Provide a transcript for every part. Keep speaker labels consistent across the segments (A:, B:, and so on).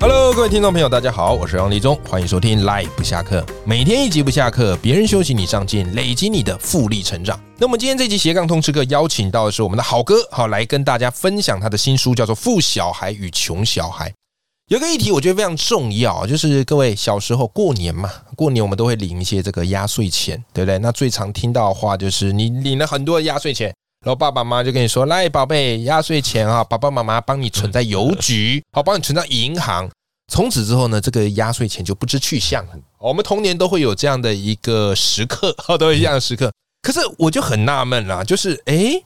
A: Hello，各位听众朋友，大家好，我是欧阳立中，欢迎收听 Life 不下课，每天一集不下课，别人休息你上进，累积你的复利成长。那么今天这集斜杠通吃课邀请到的是我们的好哥，好来跟大家分享他的新书，叫做《富小孩与穷小孩》。有一个议题我觉得非常重要，啊就是各位小时候过年嘛，过年我们都会领一些这个压岁钱，对不对？那最常听到的话就是你领了很多的压岁钱，然后爸爸妈妈就跟你说：“来，宝贝，压岁钱啊，爸爸妈妈帮你存在邮局，好，帮你存到银行。”从此之后呢，这个压岁钱就不知去向了。我们童年都会有这样的一个时刻， 都有这样的时刻。可是我就很纳闷啦，就是诶，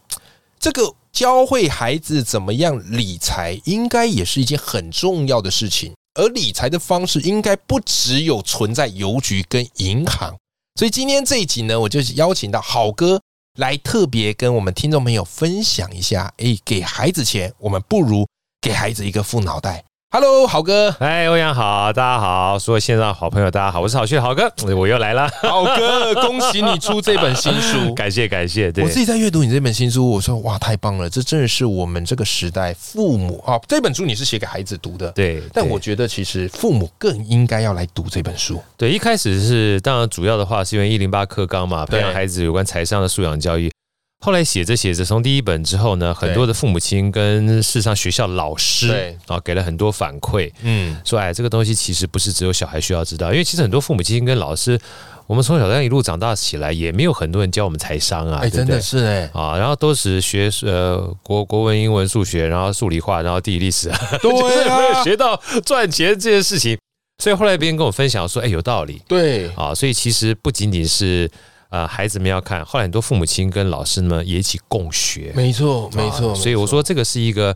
A: 这个教会孩子怎么样理财，应该也是一件很重要的事情。而理财的方式应该不只有存在邮局跟银行。所以今天这一集呢，我就邀请到好哥来特别跟我们听众朋友分享一下，诶，给孩子钱，我们不如给孩子一个富脑袋。Hello，好哥，
B: 嗨，哎欧阳好，大家好，所有线上好朋友，大家好，我是好趣的好哥，我又来了，。
A: 好哥，恭喜你出这本新书
B: 感谢感谢，对
A: 哦我自，己在阅读你这本新书，我说哇，太棒了！这真的是我们这个时代父母啊，这本书你是写给孩子读的，。
B: 对，
A: 但
B: 对
A: 我觉得其实父母更应该要来读这本书，
B: 对一开始是当然主要的话是因为一零八课纲嘛，
A: 对
B: 培养孩子有关财商的素养教育。后来写着写着，从第一本之后呢，很多的父母亲跟事实上学校老师
A: 对
B: 啊给了很多反馈，
A: 嗯，
B: 说哎，这个东西其实不是只有小孩需要知道，因为其实很多父母亲跟老师，我们从小这样一路长大起来，也没有很多人教我们财商啊，
A: 哎，
B: 对
A: 真
B: 不对
A: 的？是哎，
B: 啊，然后都只学呃国国文、英文、数学，然后数理化，然后地理、历 史，就是
A: 对
B: 没有
A: 啊，
B: 学到赚钱这件事情。所以后来别人跟我分享说，哎，有道理
A: 对，
B: 啊。所以其实不仅仅是呃孩子们要看，后来很多父母亲跟老师们也一起共学，
A: 没错，没
B: 啊
A: 错。
B: 所以我
A: 没错，
B: 说这个是一个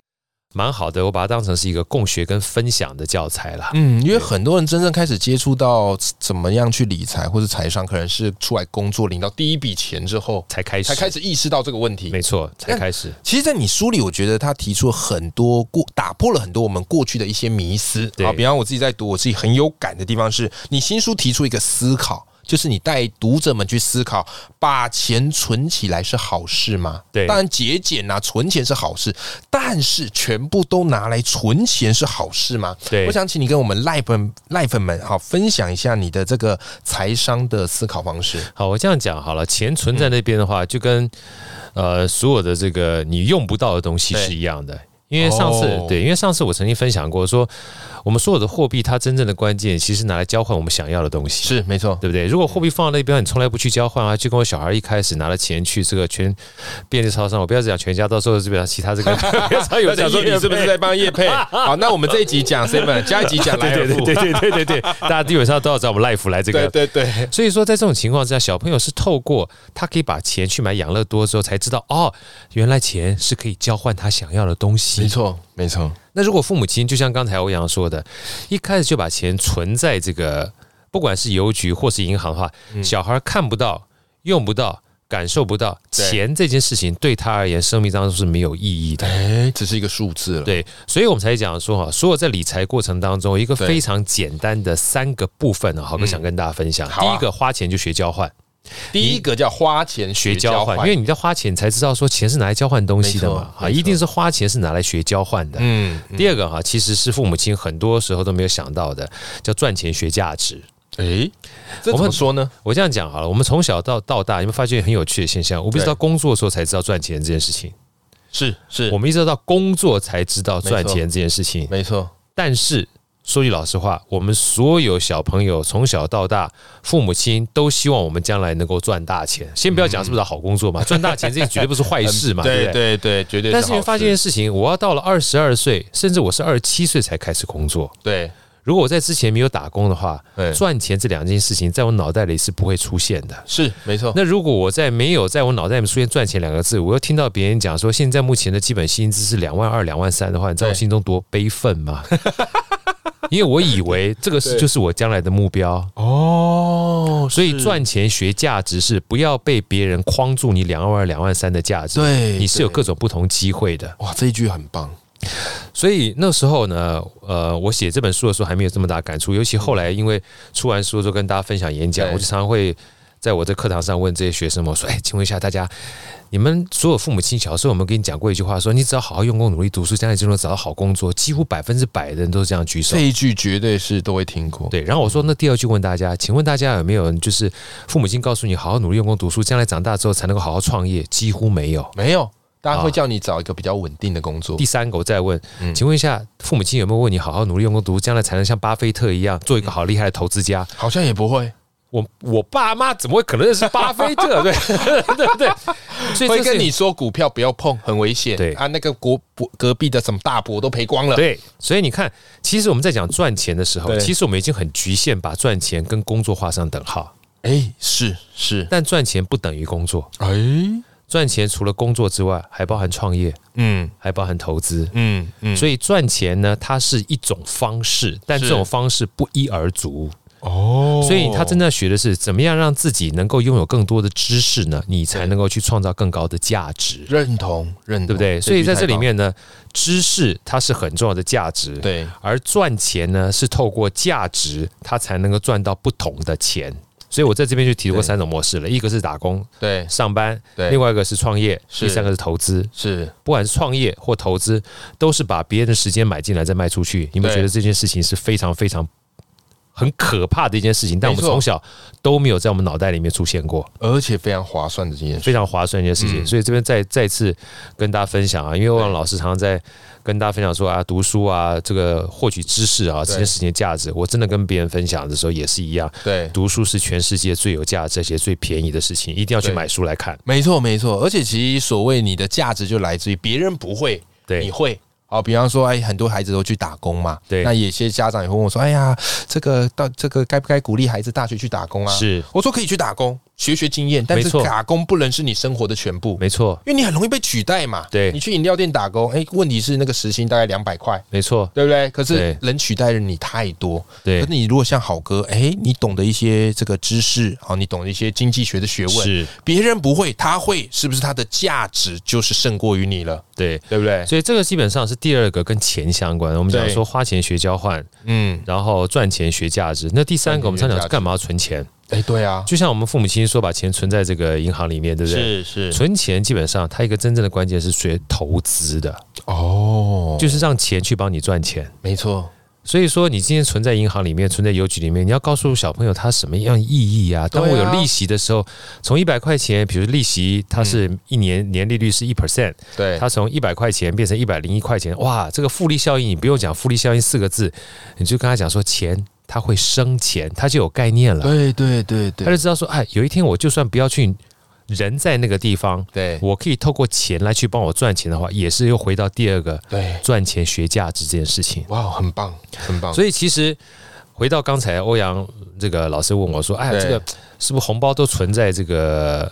B: 蛮好的，我把它当成是一个共学跟分享的教材啦。
A: 嗯，因为很多人真正开始接触到怎么样去理财或是财商，可能是出来工作领到第一笔钱之后，
B: 才开始，
A: 才开，始意识到这个问题。
B: 没错，才
A: 那
B: 开始，
A: 其实，在你书里，我觉得他提出了很多过打破了很多我们过去的一些迷思
B: 对
A: 啊。比方我自己在读，我自己很有感的地方是，你新书提出一个思考，就是你带读者们去思考，把钱存起来是好事吗？
B: 对
A: 当然节俭啊，存钱是好事，但是全部都拿来存钱是好事吗？
B: 对
A: 我想请你跟我们赖粉赖粉们好分享一下你的这个财商的思考方式。
B: 好，我这样讲好了，钱存在那边的话，就跟呃所有的这个你用不到的东西
A: 对
B: 是一样的。因为上次、
A: 哦
B: 对，因为上次我曾经分享过说，我们所有的货币它真正的关键其实拿来交换我们想要的东西，
A: 是没错，
B: 对不对？如果货币放在那边，你从来不去交换啊，就跟我小孩一开始拿了钱去这个全便利超商，我不要讲全家，到时候这边其他这个别常有
A: 要讲
B: 这
A: 说
B: 个
A: 你是不是在帮叶 佩？好，那我们这一集讲 seven，下一集讲
B: 对
A: 莱尔
B: 对
A: 富。
B: 对对对对对，大家基本上都要找我们 life 来这个
A: 对对对，
B: 所以说，在这种情况之下，小朋友是透过他可以把钱去买养乐多之后，才知道哦，原来钱是可以交换他想要的东
A: 没
B: 西。
A: 错没错，
B: 那如果父母亲就像刚才欧阳说的，一开始就把钱存在这个不管是邮局或是银行的话，小孩看不到、用不到、感受不到
A: 对
B: 钱这件事情，对他而言，生命当中是没有意义的。
A: 哎，只是一个数字了。
B: 对，所以我们才讲说哈，所有在理财过程当中，一个
A: 对
B: 非常简单的三个部分呢，好哥想跟大家分享。
A: 好啊
B: 第一个，花钱就学交换。
A: 第一个叫花钱
B: 学
A: 学
B: 交
A: 交
B: 换，
A: 换，
B: 因为你在花钱，你才知道说钱是拿来交换东西的
A: 没
B: 嘛
A: 错，
B: 啊，
A: 没错
B: 一定是花钱是拿来学交换的。
A: 嗯，
B: 第二个哈，其实是父母亲很多时候都没有想到的，叫赚钱学价值。
A: 哎，这怎
B: 我们
A: 么说呢？
B: 我这样讲好了，我们从小到到大，有没有发现很有趣的现象？我不知道工作的时候才知道赚钱这件事情，
A: 是是
B: 我，们一直到工作才知道赚
A: 没错
B: 钱这件事情。
A: 没错，
B: 但是说句老实话，我们所有小朋友从小到大，父母亲都希望我们将来能够赚大钱。先不要讲是不是好工 作嘛，赚大钱这绝对不是坏事嘛，对
A: 对
B: 不对？
A: 嗯对对，绝对好事。
B: 但是你会发现一件事情，我要到了二十二岁，甚至我是二十七岁才开始工作。
A: 对，
B: 如果我在之前没有打工的话，
A: 嗯对
B: 赚钱这两件事情在我脑袋里是不会出现的。
A: 是没错，
B: 那如果我在没有在我脑袋里面出现“赚钱”两个字，我又听到别人讲说现在目前的基本薪资是两万二、两万三的话，你知道我
A: 对
B: 心中多悲愤吗？ 因为我以为这个是
A: 对
B: 就是我将来的目标，
A: 哦，
B: 所以
A: 是
B: 赚钱学价值是不要被别人框住你两万二、两万三的价值，
A: 对
B: 你是有
A: 对
B: 各种不同机会的。
A: 哇，这一句很棒，
B: 所以那时候呢，呃，我写这本书的时候还没有这么大感触，尤其后来因为出完书之后跟大家分享演讲，
A: 对
B: 我就常常会在我的课堂上问这些学生们，我说：“哎，请问一下大家，你们所有父母亲小时候有没有跟你讲过一句话，说你只要好好用功努力读书，将来就能找到好工作？几乎百分之百的人都是这样举手
A: 这。”一句绝对嗯是都会听过。
B: 对，然后我说，那第二句问大家，请问大家有没有人就是父母亲告诉你好好努力用功读书，将来长大之后才能够好好创业？几乎没有。
A: 没有，大家会
B: 啊
A: 叫你找一个比较稳定的工作
B: 第。三个，我再问，
A: 嗯
B: 请问一下，父母亲有没有问你好好努力用功读，将来才能像巴菲特一样做一个好厉害的投资家？
A: 好像也不会，
B: 我我爸妈怎么会可能认识巴菲 特？对对对，所以
A: 会
B: 这是
A: 跟你说股票不要碰，很危险。
B: 对
A: 啊，那个国博隔壁的什么大伯都赔光了。
B: 对，所以你看，其实我们在讲赚钱的时候，
A: 对
B: 其实我们已经很局限，把赚钱跟工作画上等号。
A: 哎，是是，
B: 但赚钱不等于工作，
A: 哎，
B: 赚钱除了工作之外，还包含创业，
A: 嗯
B: 还包含投资。
A: 嗯嗯，
B: 所以赚钱呢，它是一种方式，但
A: 是
B: 这种方式不一而足。
A: 哦
B: 所以他真的学的是怎么样让自己能够拥有更多的知识呢？你才能够去创造更高的价值，
A: 认同认同，
B: 对不
A: 句
B: 对？所以在这
A: 太
B: 里
A: 棒，
B: 面呢，知识它是很重要的价值，。
A: 对，
B: 而赚钱呢，是透过价值，它才能够赚到不同的钱。所以我在这边就提出过
A: 对
B: 三种模式了，一个是打工
A: 对，
B: 上班，
A: 对
B: 另外一个是创业，
A: 是
B: 第三个是投资。
A: 是
B: 不管是创业或投资，都是把别人的时间买进来再卖出去。你们
A: 对
B: 觉得这件事情是非常非常很可怕的一件事情，但我
A: 没
B: 们
A: 错
B: 从小都没有在我们脑袋里面出现过，
A: 而且非常划算的这件事。
B: 非常划算的一件事情。
A: 嗯
B: 所以这边再再次跟大家分享啊，因为欧阳
A: 对
B: 老师常常在跟大家分享说啊，读书啊，这个获取知识啊，
A: 对
B: 这件事情的价值。我真的跟别人分享的时候也是一样，
A: 对，
B: 读书是全世界最有价值、而且最便宜的事情，一定要去
A: 对
B: 买书来看。
A: 没错没错，而且其实所谓你的价值就来自于别人不会，你
B: 对
A: 会。哦，比方说，哎，很多孩子都去打工嘛，
B: 对
A: 那有些家长也会问我说，哎呀，这个到这个该不该鼓励孩子大学去打工啊？，
B: 是
A: 我说可以去打工，学学经验，但是
B: 没错
A: 打工不能是你生活的全部，
B: 没错，
A: 因为你很容易被取代嘛。
B: 对
A: 你去饮料店打工，哎，问题是那个时薪大概两百块，
B: 没错，
A: 对不对？可是
B: 对
A: 人取代了你太多，可
B: 对
A: 是，你如果像好哥，哎，你懂得一些这个知识，好，你懂得一些经济学的学问，
B: 是，
A: 别人不会，他会，是不是他的价值就是胜过于你了？
B: 对。
A: 对不对？
B: 所以这个基本上是第二个跟钱相关。我们讲
A: 对
B: 说花钱学交换，
A: 嗯，
B: 然后赚钱学价值。那第三个我们常
A: 赚钱
B: 讲
A: 学价值
B: 是干嘛要存钱？
A: 哎，对啊，
B: 就像我们父母亲说，把钱存在这个银行里面，对不对？
A: 是
B: 存钱基本上它一个真正的关键是学投资的，
A: 哦，
B: 就是让钱去帮你赚钱。
A: 没错，
B: 所以说，你今天存在银行里面，存在邮局里面，你要告诉小朋友它什么样意义啊？当我
A: 对啊
B: 有利息的时候，从一百块钱，比如利息，它是一年年利率是一 percent，
A: 对，
B: 它从一百块钱变成一百零一块钱，哇，这个复利效应你不用讲复利效应四个字，你就跟他讲说钱它会生钱，他就有概念了，
A: 对对对
B: 他
A: 对
B: 就知道说，哎，有一天我就算不要去人在那个地方，
A: 对
B: 我可以透过钱来去帮我赚钱的话，也是又回到第二个
A: 对，
B: 赚钱学价值这件事情。
A: 哇，很棒，很棒，
B: 所以其实回到刚才欧阳这个老师问我说：“哎，
A: 对
B: 这个是不是红包都存在这个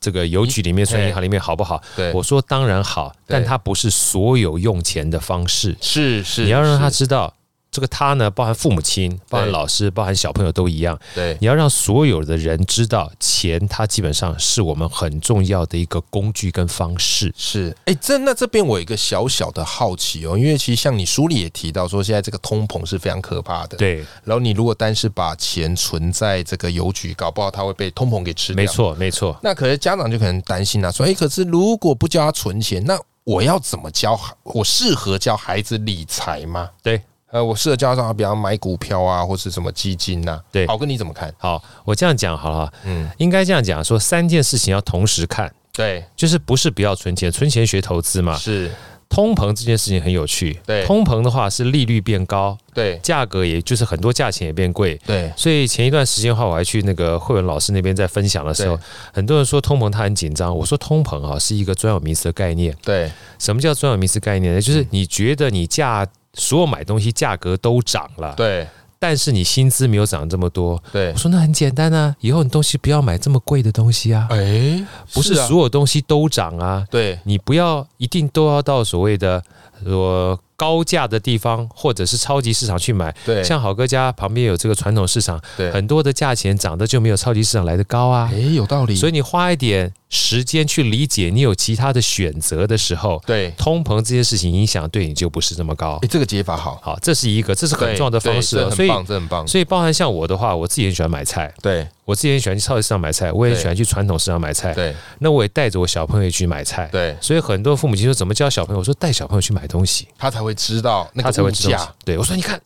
B: 这个邮局里
A: 嗯
B: 面、存银行里面好不好？”
A: 对
B: 我说当然好，
A: 对
B: 但它不是所有用钱的方式，
A: 是是，
B: 你要让他
A: 是
B: 知道。这个他呢，包含父母亲、包含老师、包含小朋友都一样。
A: 对
B: 你要让所有的人知道，钱它基本上是我们很重要的一个工具跟方式。
A: 是，哎，这那这边我有一个小小的好奇哦，因为其实像你书里也提到说，现在这个通膨是非常可怕的，。
B: 对，
A: 然后你如果单是把钱存在这个邮局，搞不好它会被通膨给吃掉。
B: 没。错，没错。
A: 那可是家长就可能担心啦、说哎，可是如果不教他存钱，那我要怎么教孩？我适合教孩子理财吗？
B: 对，
A: 呃，我适合教他，比方买股票啊，或是什么基金呐、
B: 对啊
A: 好，跟你怎么看？
B: 好，我这样讲好了，
A: 嗯，
B: 应该这样讲，说三件事情要同时看。
A: 对，
B: 就是不是不要存钱，存钱学投资嘛。
A: 是，
B: 通膨这件事情很有趣，
A: 对
B: 通膨的话是利率变高，
A: 对，
B: 价格也就是很多价钱也变贵。
A: 对，
B: 所以前一段时间的话，我还去那个慧文老师那边在分享的时候
A: 对，
B: 很多人说通膨他很紧张，我说通膨啊是一个专有名词的概念。
A: 对，
B: 什么叫专有名词概念
A: 嗯
B: 呢？就是你觉得你价所有买东西价格都涨了，
A: 对，
B: 但是你薪资没有涨这么多。
A: 对
B: 我，说那很简单啊，以后你东西不要买这么贵的东西啊，
A: 哎，
B: 不是
A: 啊，
B: 所有东西都涨啊，
A: 对，
B: 你不要一定都要到所谓的说高价的地方或者是超级市场去买。
A: 对
B: 像好哥家旁边有这个传统市场，
A: 对
B: 很多的价钱涨得就没有超级市场来的高啊
A: 哎。，有道理，
B: 所
A: 以
B: 以你花一点时间去理解，你有其他的选择的时候，
A: 对，
B: 通膨这件事情影响对你就不是这么高
A: 哎，。这个解法好，
B: 好，这是一个，这是很重要的方式
A: 对
B: 哦。
A: 对
B: 所
A: 这很
B: 以，
A: 棒，这很棒，
B: 所以包含像我的话，我自己很喜欢买菜，
A: 对
B: 我自己很喜欢去超级市场买菜，我也很喜欢去传统市场买菜。
A: 对
B: 那我也带着我小朋友去买菜。
A: 对，
B: 所以很多父母亲说怎么教小朋友？我说带小朋友去买东西，
A: 他才会知道那
B: 他才
A: 个物
B: 会知
A: 价
B: 道。。对我说你看，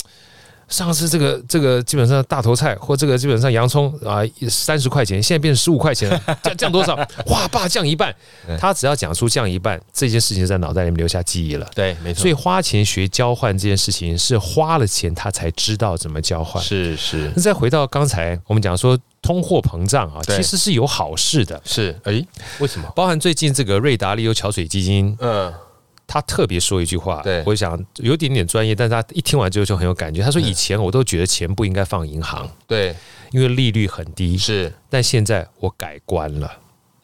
B: 上次这个这个基本上大头菜或这个基本上洋葱啊三十块钱，现在变成十五块钱了，降降多少？哇，爸降一半
A: 对。
B: 他只要讲出降一半这件事情，在脑袋里面留下记忆了。
A: 对，没错，
B: 所以花钱学交换这件事情是花了钱他才知道怎么交换。
A: 是是
B: 那再回到刚才我们讲说通货膨胀啊，
A: 对
B: 其实是有好事的，
A: 是，哎，为什么？
B: 包含最近这个瑞达利欧桥水基金，
A: 嗯，
B: 他特别说一句话
A: 对，
B: 我想有点点专业，但是他一听完之后就很有感觉。他说
A: 嗯
B: 以前我都觉得钱不应该放银行，
A: 对，
B: 因为利率很低，
A: 是
B: 但现在我改观了，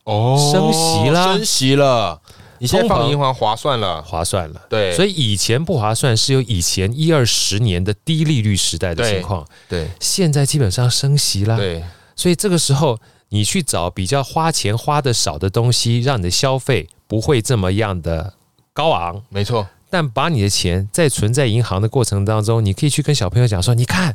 A: 哦
B: 升息啦
A: 升息了，你现在
B: 通
A: 放
B: 膨
A: 银行划算了，
B: 划算了。
A: 对，
B: 所
A: 以
B: 以以前不划算是有以前一二十年的低利率时代的
A: 对
B: 情况，
A: 对
B: 现在基本上升息啦，
A: 对
B: 所以这个时候你去找比较花钱花的少的东西，让你的消费不会这么样的高昂，
A: 没错，
B: 但把你的钱在存在银行的过程当中，你可以去跟小朋友讲说：“你看，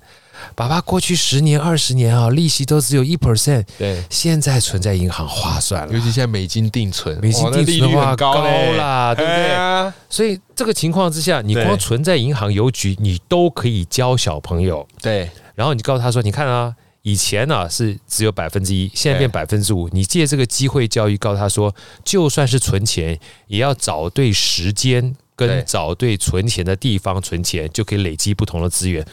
B: 爸爸过去十年、二十年啊，利息都只有一 percent，
A: 对，
B: 现在存在银行划算
A: 尤
B: 了。
A: 其现在美金定存，
B: 美金
A: 哇那
B: 定
A: 利
B: 存
A: 率
B: 的话
A: 很
B: 高
A: 嘞
B: 啦，对不
A: 哎
B: 对？
A: 呀
B: 所以这个情况之下，你
A: 对
B: 光存在银行、邮局，你都可以教小朋友，
A: 对
B: 然后你告诉他说：“你看啊。”以前呢、是只有百分之一，现在变百分之五。你借这个机会教育，告诉他说，就算是存钱，也要找对时间
A: 对
B: 跟找对存钱的地方存钱，就可以累积不同的资源。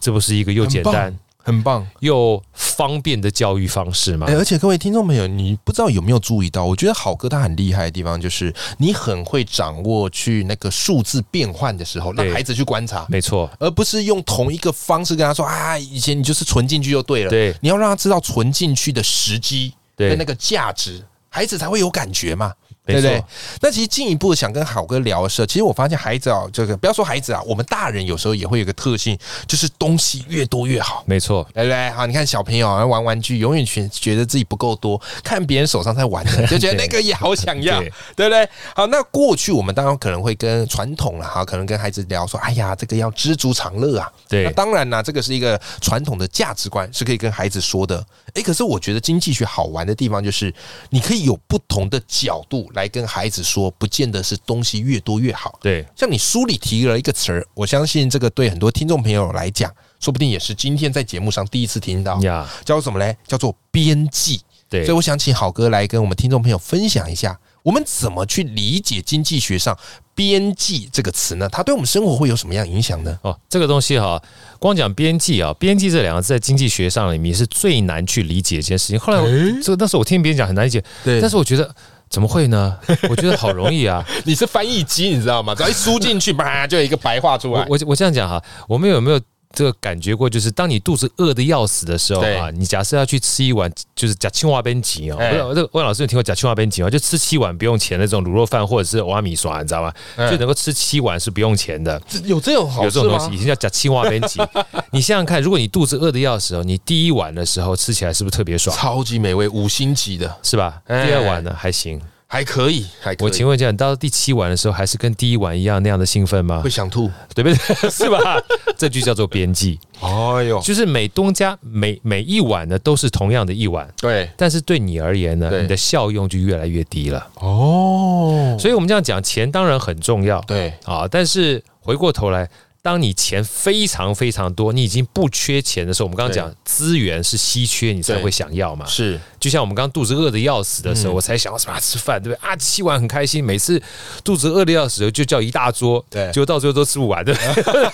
B: 这不是一个又
A: 很
B: 简
A: 棒
B: 单
A: 很棒。
B: 又方便的教育方式吗
A: 哎、？而且各位听众朋友，你不知道有没有注意到？我觉得好哥他很厉害的地方就是，你很会掌握去那个数字变换的时候，让
B: 对
A: 孩子去观察，
B: 没错，
A: 而不是用同一个方式跟他说啊，以前你就是存进去就对了。
B: 对
A: 你要让他知道存进去的时机跟
B: 对
A: 那，个价值，孩子才会有感觉嘛。对
B: 没
A: 不对
B: 错，？
A: 那其实进一步想跟好哥聊的是，其实我发现孩子啊，这个不要说孩子啊，我们大人有时候也会有一个特性，就是东西越多越好。
B: 没错，
A: 对不对？好，你看小朋友啊玩玩具，永远觉觉得自己不够多，看别人手上在玩的，就觉得那个也好想要， 对
B: 对
A: 不对？好，那过去我们当然可能会跟传统了哈，可能跟孩子聊说，哎呀，这个要知足常乐啊。那
B: 对，
A: 当然啦，这个是一个传统的价值观，是可以跟孩子说的。诶，可是我觉得经济学好玩的地方就是，你可以有不同的角度来跟孩子说，不见得是东西越多越好。
B: 对，
A: 像你书里提了一个词儿，我相信这个对很多听众朋友来讲，说不定也是今天在节目上第一次听到，
B: 呀，
A: 叫什么嘞？叫做边际。
B: 对
A: 所以，我想请好哥来跟我们听众朋友分享一下，我们怎么去理解经济学上“边际”这个词呢？它对我们生活会有什么样影响呢？
B: 哦，这个东西哈、光讲边际啊，边际这两个字在经济学上里面是最难去理解一件事情。后来我
A: 诶
B: 这个那时候我听别人讲很难理解，
A: 嗯对
B: 但是我觉得怎么会呢？ 我觉得好容 易啊！
A: 你是翻译机，你知道吗？只要一输进去，叭，就有一个白话出
B: 我
A: 来。
B: 我我这样讲哈、我们有没有这个感觉过？就是当你肚子饿的要死的时候啊，你假设要去吃一碗就是假青蛙边吉哦，
A: 哎
B: 我这个魏老师有听过假青蛙边吉吗？就吃七碗不用钱那种卤肉饭或者是瓦米刷，你知道吗？
A: 嗯
B: 就能够吃七碗是不用钱的。
A: 有这种
B: 有
A: 好
B: 这
A: 事
B: 种东
A: 吗
B: 西，以？前叫假青蛙边吉。 你想想看，如果你肚子饿的要死哦，你第一碗的时候吃起来是不是特别爽？
A: 超级美味，五星级的，
B: 是吧？第
A: 哎
B: 二碗呢还行。
A: 还可以，还可以。
B: 我请问一下，你到第七碗的时候，还是跟第一碗一样那样的兴奋吗
A: 会？想吐。
B: 对不对？ 是吧？这就叫做边际，
A: 哎呦，
B: 就是每东家每每一碗呢都是同样的一碗，
A: 对，
B: 但是对你而言
A: 对
B: 呢，你的效用就越来越低了。
A: 哦，
B: 所以我们这样讲，钱当然很重要
A: 对，
B: 啊，但是回过头来。当你钱非常非常多，你已经不缺钱的时候，我们刚刚
A: 对
B: 讲资源是稀缺，你才
A: 对
B: 会想要嘛。
A: 是
B: 就像我们刚肚子饿的要死的时候，
A: 嗯
B: 我才想要什么啊吃饭，对不对？啊，七碗很开心，每次肚子饿的要死，就叫一大桌，
A: 对
B: 结果到最后都吃不 完，对不对？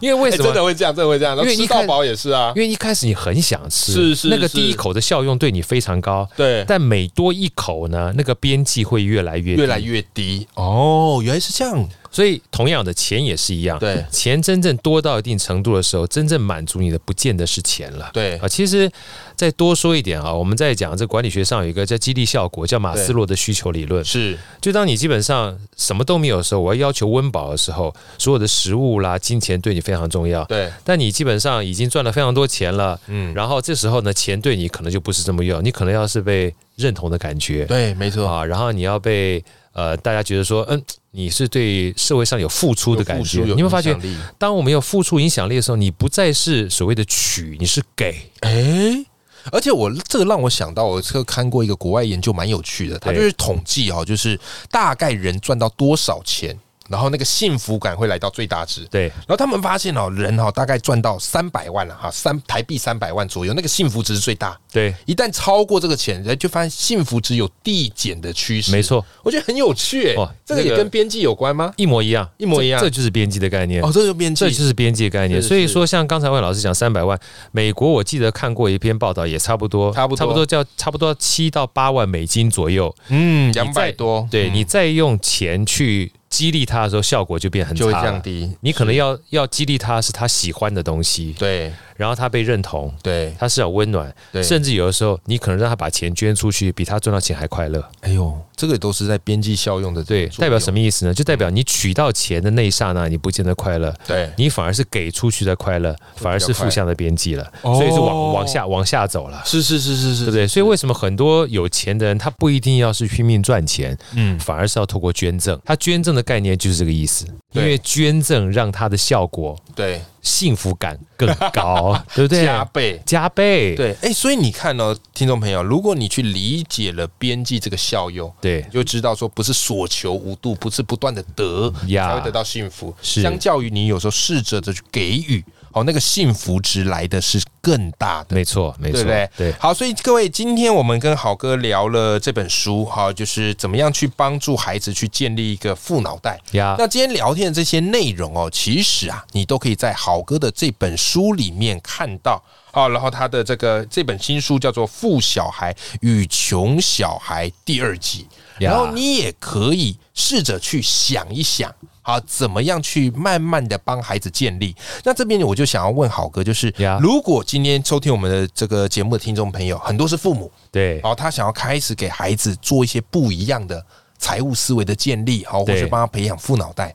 B: 因为为
A: 欸
B: 什么？
A: 会这样，真的会这样
B: 因为一看
A: 也是啊，
B: 因为一开始你很想吃，
A: 是是
B: 那个
A: 是
B: 第一口的效用对你非常高，
A: 对，
B: 但每多一口呢，那个边际会越来越低
A: 越来越低。哦，原来是这样，
B: 所以同样的钱也是一样，
A: 对
B: 钱真正多到一定程度的时候，真正满足你的不见得是钱了。
A: 对
B: 啊，其实再多说一点啊，我们在讲这管理学上有一个叫激励效果，叫马斯洛的需求理论。
A: 是
B: 就当你基本上什么都没有的时候，我要要求温饱的时候，所有的食物啦、金钱对你非常重要。
A: 对，
B: 但你基本上已经赚了非常多钱了，
A: 嗯，
B: 然后这时候呢，钱对你可能就不是这么用，你可能要是被认同的感觉，
A: 对，没错，
B: 啊，然后你要被呃大家觉得说，嗯，你是对社会上有付出的感觉。
A: 有
B: 你有没有发觉
A: 影，响力？
B: 当我们有付出影响力的时候，你不再是所谓的取，你是给。
A: 哎、而且我这个让我想到，我这个看过一个国外研究，蛮有趣的，它
B: 对
A: 就是统计哦，就是大概人赚到多少钱，然后那个幸福感会来到最大值。
B: 对
A: 然后他们发现哦，人哦大概赚到三百万了啊哈，三台币三百万左右，那个幸福值是最大。
B: 对，
A: 一旦超过这个钱，人就发现幸福值有递减的趋势。
B: 没，错，
A: 我觉得很有趣、哎
B: 哇
A: 这个
B: 这
A: 也
B: 个
A: 跟边际有关吗？
B: 一模一样，
A: 一模一样
B: 这这就是编辑的概念。
A: 哦，这个就边际
B: 这就是边界概念，
A: 是
B: 所以
A: 是
B: 说像刚才魏老师讲三百万，美国我记得看过一篇报道，也差不多，
A: 差不多
B: 差不多叫差不多七到八万美金左右。
A: 嗯，两
B: 你
A: 百
B: 在
A: 多，
B: 对
A: 嗯
B: 你再用钱去激励他的时候，效果就变很
A: 就会
B: 差
A: 降
B: 了。
A: 低。
B: 你可能要要激励他是他喜欢的东西，
A: 对
B: 然后他被认同，
A: 对
B: 他是要温暖，
A: 对，
B: 甚至有的时候你可能让他把钱捐出去，比他赚到钱还快乐。
A: 哎呦，这个都是在边际效用的作
B: 对，
A: 用，
B: 代表什么意思呢？就代表你取到钱的那一刹那，你不见得快乐，
A: 对，
B: 你反而是给出去的快乐，反而是负向的边际了，
A: 哦
B: 所以是往往下往下走了。
A: 是是是是是，
B: 对不对？所以为什么很多有钱的人，他不一定要是拼命赚钱，
A: 嗯，
B: 反而是要透过捐赠。他捐赠的概念就是这个意思，因
A: 对
B: 为捐赠让他的效果
A: 对，
B: 幸福感更 高，对不对？
A: 加倍。
B: 加倍，
A: 对，哎、所以你看哦，听众朋友，如果你去理解了边际这个效用，
B: 对
A: 你就知道说，不是所求无度，不是不断的得
B: 呀
A: 才会得到幸福。
B: 是
A: 相较于你有时候试着的去给予，哦，那个幸福值来的是更大的。
B: 没错，没
A: 对
B: 错，
A: 不对？
B: 对
A: 好，所以各位，今天我们跟好哥聊了这本书，哈，就是怎么样去帮助孩子去建立一个富脑袋。
B: 呀，
A: 那今天聊天的这些内容哦，其实啊，你都可以在好哥的这本书里面看到。好，然后他的这个这本新书叫做《富小孩与穷小孩》第二集，
B: 呀
A: 然后你也可以试着去想一想，好，怎么样去慢慢的帮孩子建立。那这边我就想要问好哥，就是
B: 呀
A: 如果今天收听我们的这个节目的听众朋友，很多是父母，
B: 对
A: 然后他想要开始给孩子做一些不一样的财务思维的建立，好，或
B: 对
A: 是帮他培养富脑袋，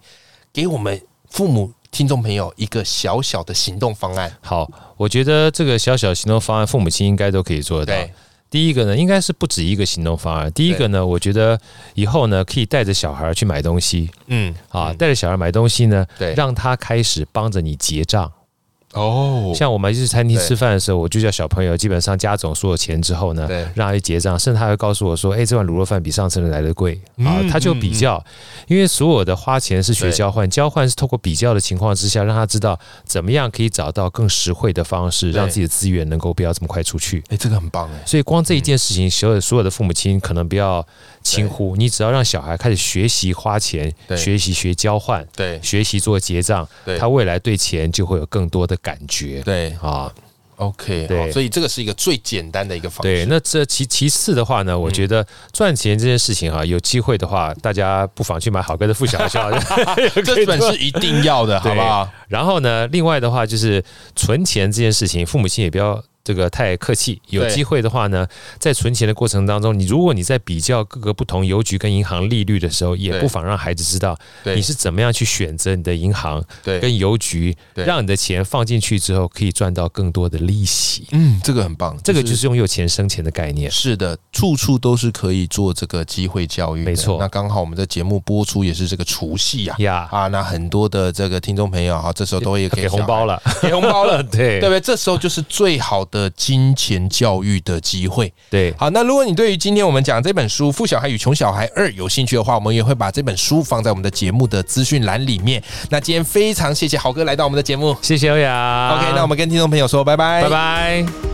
A: 给我们父母听众朋友一个小小的行动方案。
B: 好，我觉得这个小小行动方案，父母亲应该都可以做得到
A: 对。
B: 第一个呢，应该是不止一个行动方案。第一个呢，我觉得以后呢，可以带着小孩去买东西
A: 嗯，
B: 啊，带着小孩买东西呢，
A: 对
B: 让他开始帮着你结账。
A: 哦，
B: 像我们去餐厅
A: 对
B: 吃饭的时候，我就叫小朋友基本上加总所有钱之后呢
A: 对，
B: 让他去结账，甚至他会告诉我说：“哎，这碗卤肉饭比上次的来的贵啊
A: 嗯！”
B: 他就比较，因为所有的花钱是学
A: 对
B: 交换，交换是透过比较的情况之下，让他知道怎么样可以找到更实惠的方式，
A: 对
B: 让自己的资源能够不要这么快出去。
A: 哎，这个很棒哎，
B: 所以光这一件事情，所有所有的父母亲可能不要轻忽，你只要让小孩开始学习花钱，
A: 对
B: 学习学交换，
A: 对
B: 学习做结账
A: 对，
B: 他未来对钱就会有更多的感觉。
A: 对
B: 啊，
A: ，OK，
B: 对
A: 好，所以这个是一个最简单的一个方式。
B: 对，那这其其次的话呢，
A: 嗯
B: 我觉得赚钱这件事情哈、啊有机会的话，大家不妨去买好哥的《富小孩就好 了
A: 这本是一定要的，好不好？
B: 然后呢，另外的话就是存钱这件事情，父母亲也不要。这个太客气，有
A: 对
B: 机会的话呢，在存钱的过程当中，你如果你在比较各个不同邮局跟银行利率的时候，也
A: 对
B: 不妨让孩子知道
A: 对
B: 你是怎么样去选择你的银行
A: 对，
B: 跟邮局，
A: 对
B: 让你的钱放进去之后可以赚到更多的利息。
A: 嗯，这个很棒，
B: 这个就是用有钱生钱的概念。
A: 是的，处处都是可以做这个机会教育的，
B: 没错
A: 那刚好我们的节目播出也是这个除夕呀、
B: 呀
A: 啊，那很多的这个听众朋友哈，这时候都会
B: 给红包
A: 了，
B: 了，。
A: 给红包了
B: 对
A: 对不对？这时候就是最好的金钱教育的机会。
B: 对
A: 好，那如果你对于今天我们讲这本书《富小孩与穷小孩二》有兴趣的话，我们也会把这本书放在我们的节目的资讯栏里面。那今天非常谢谢豪哥来到我们的节目。
B: 谢谢欧阳。
A: OK，那我们跟听众朋友说拜拜，
B: 拜拜。